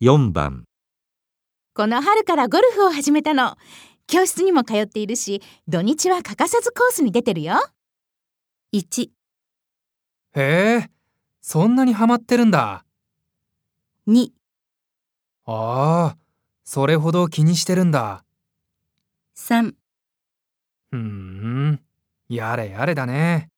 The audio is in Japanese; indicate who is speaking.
Speaker 1: 4番
Speaker 2: この春からゴルフを始めたの。教室にも通っているし、土日は欠かさずコースに出てるよ。1、
Speaker 3: へえ、そんなにハマってるんだ。
Speaker 2: 2、
Speaker 3: ああ、それほど気にしてるんだ。
Speaker 2: 3
Speaker 3: うーん、やれやれだね。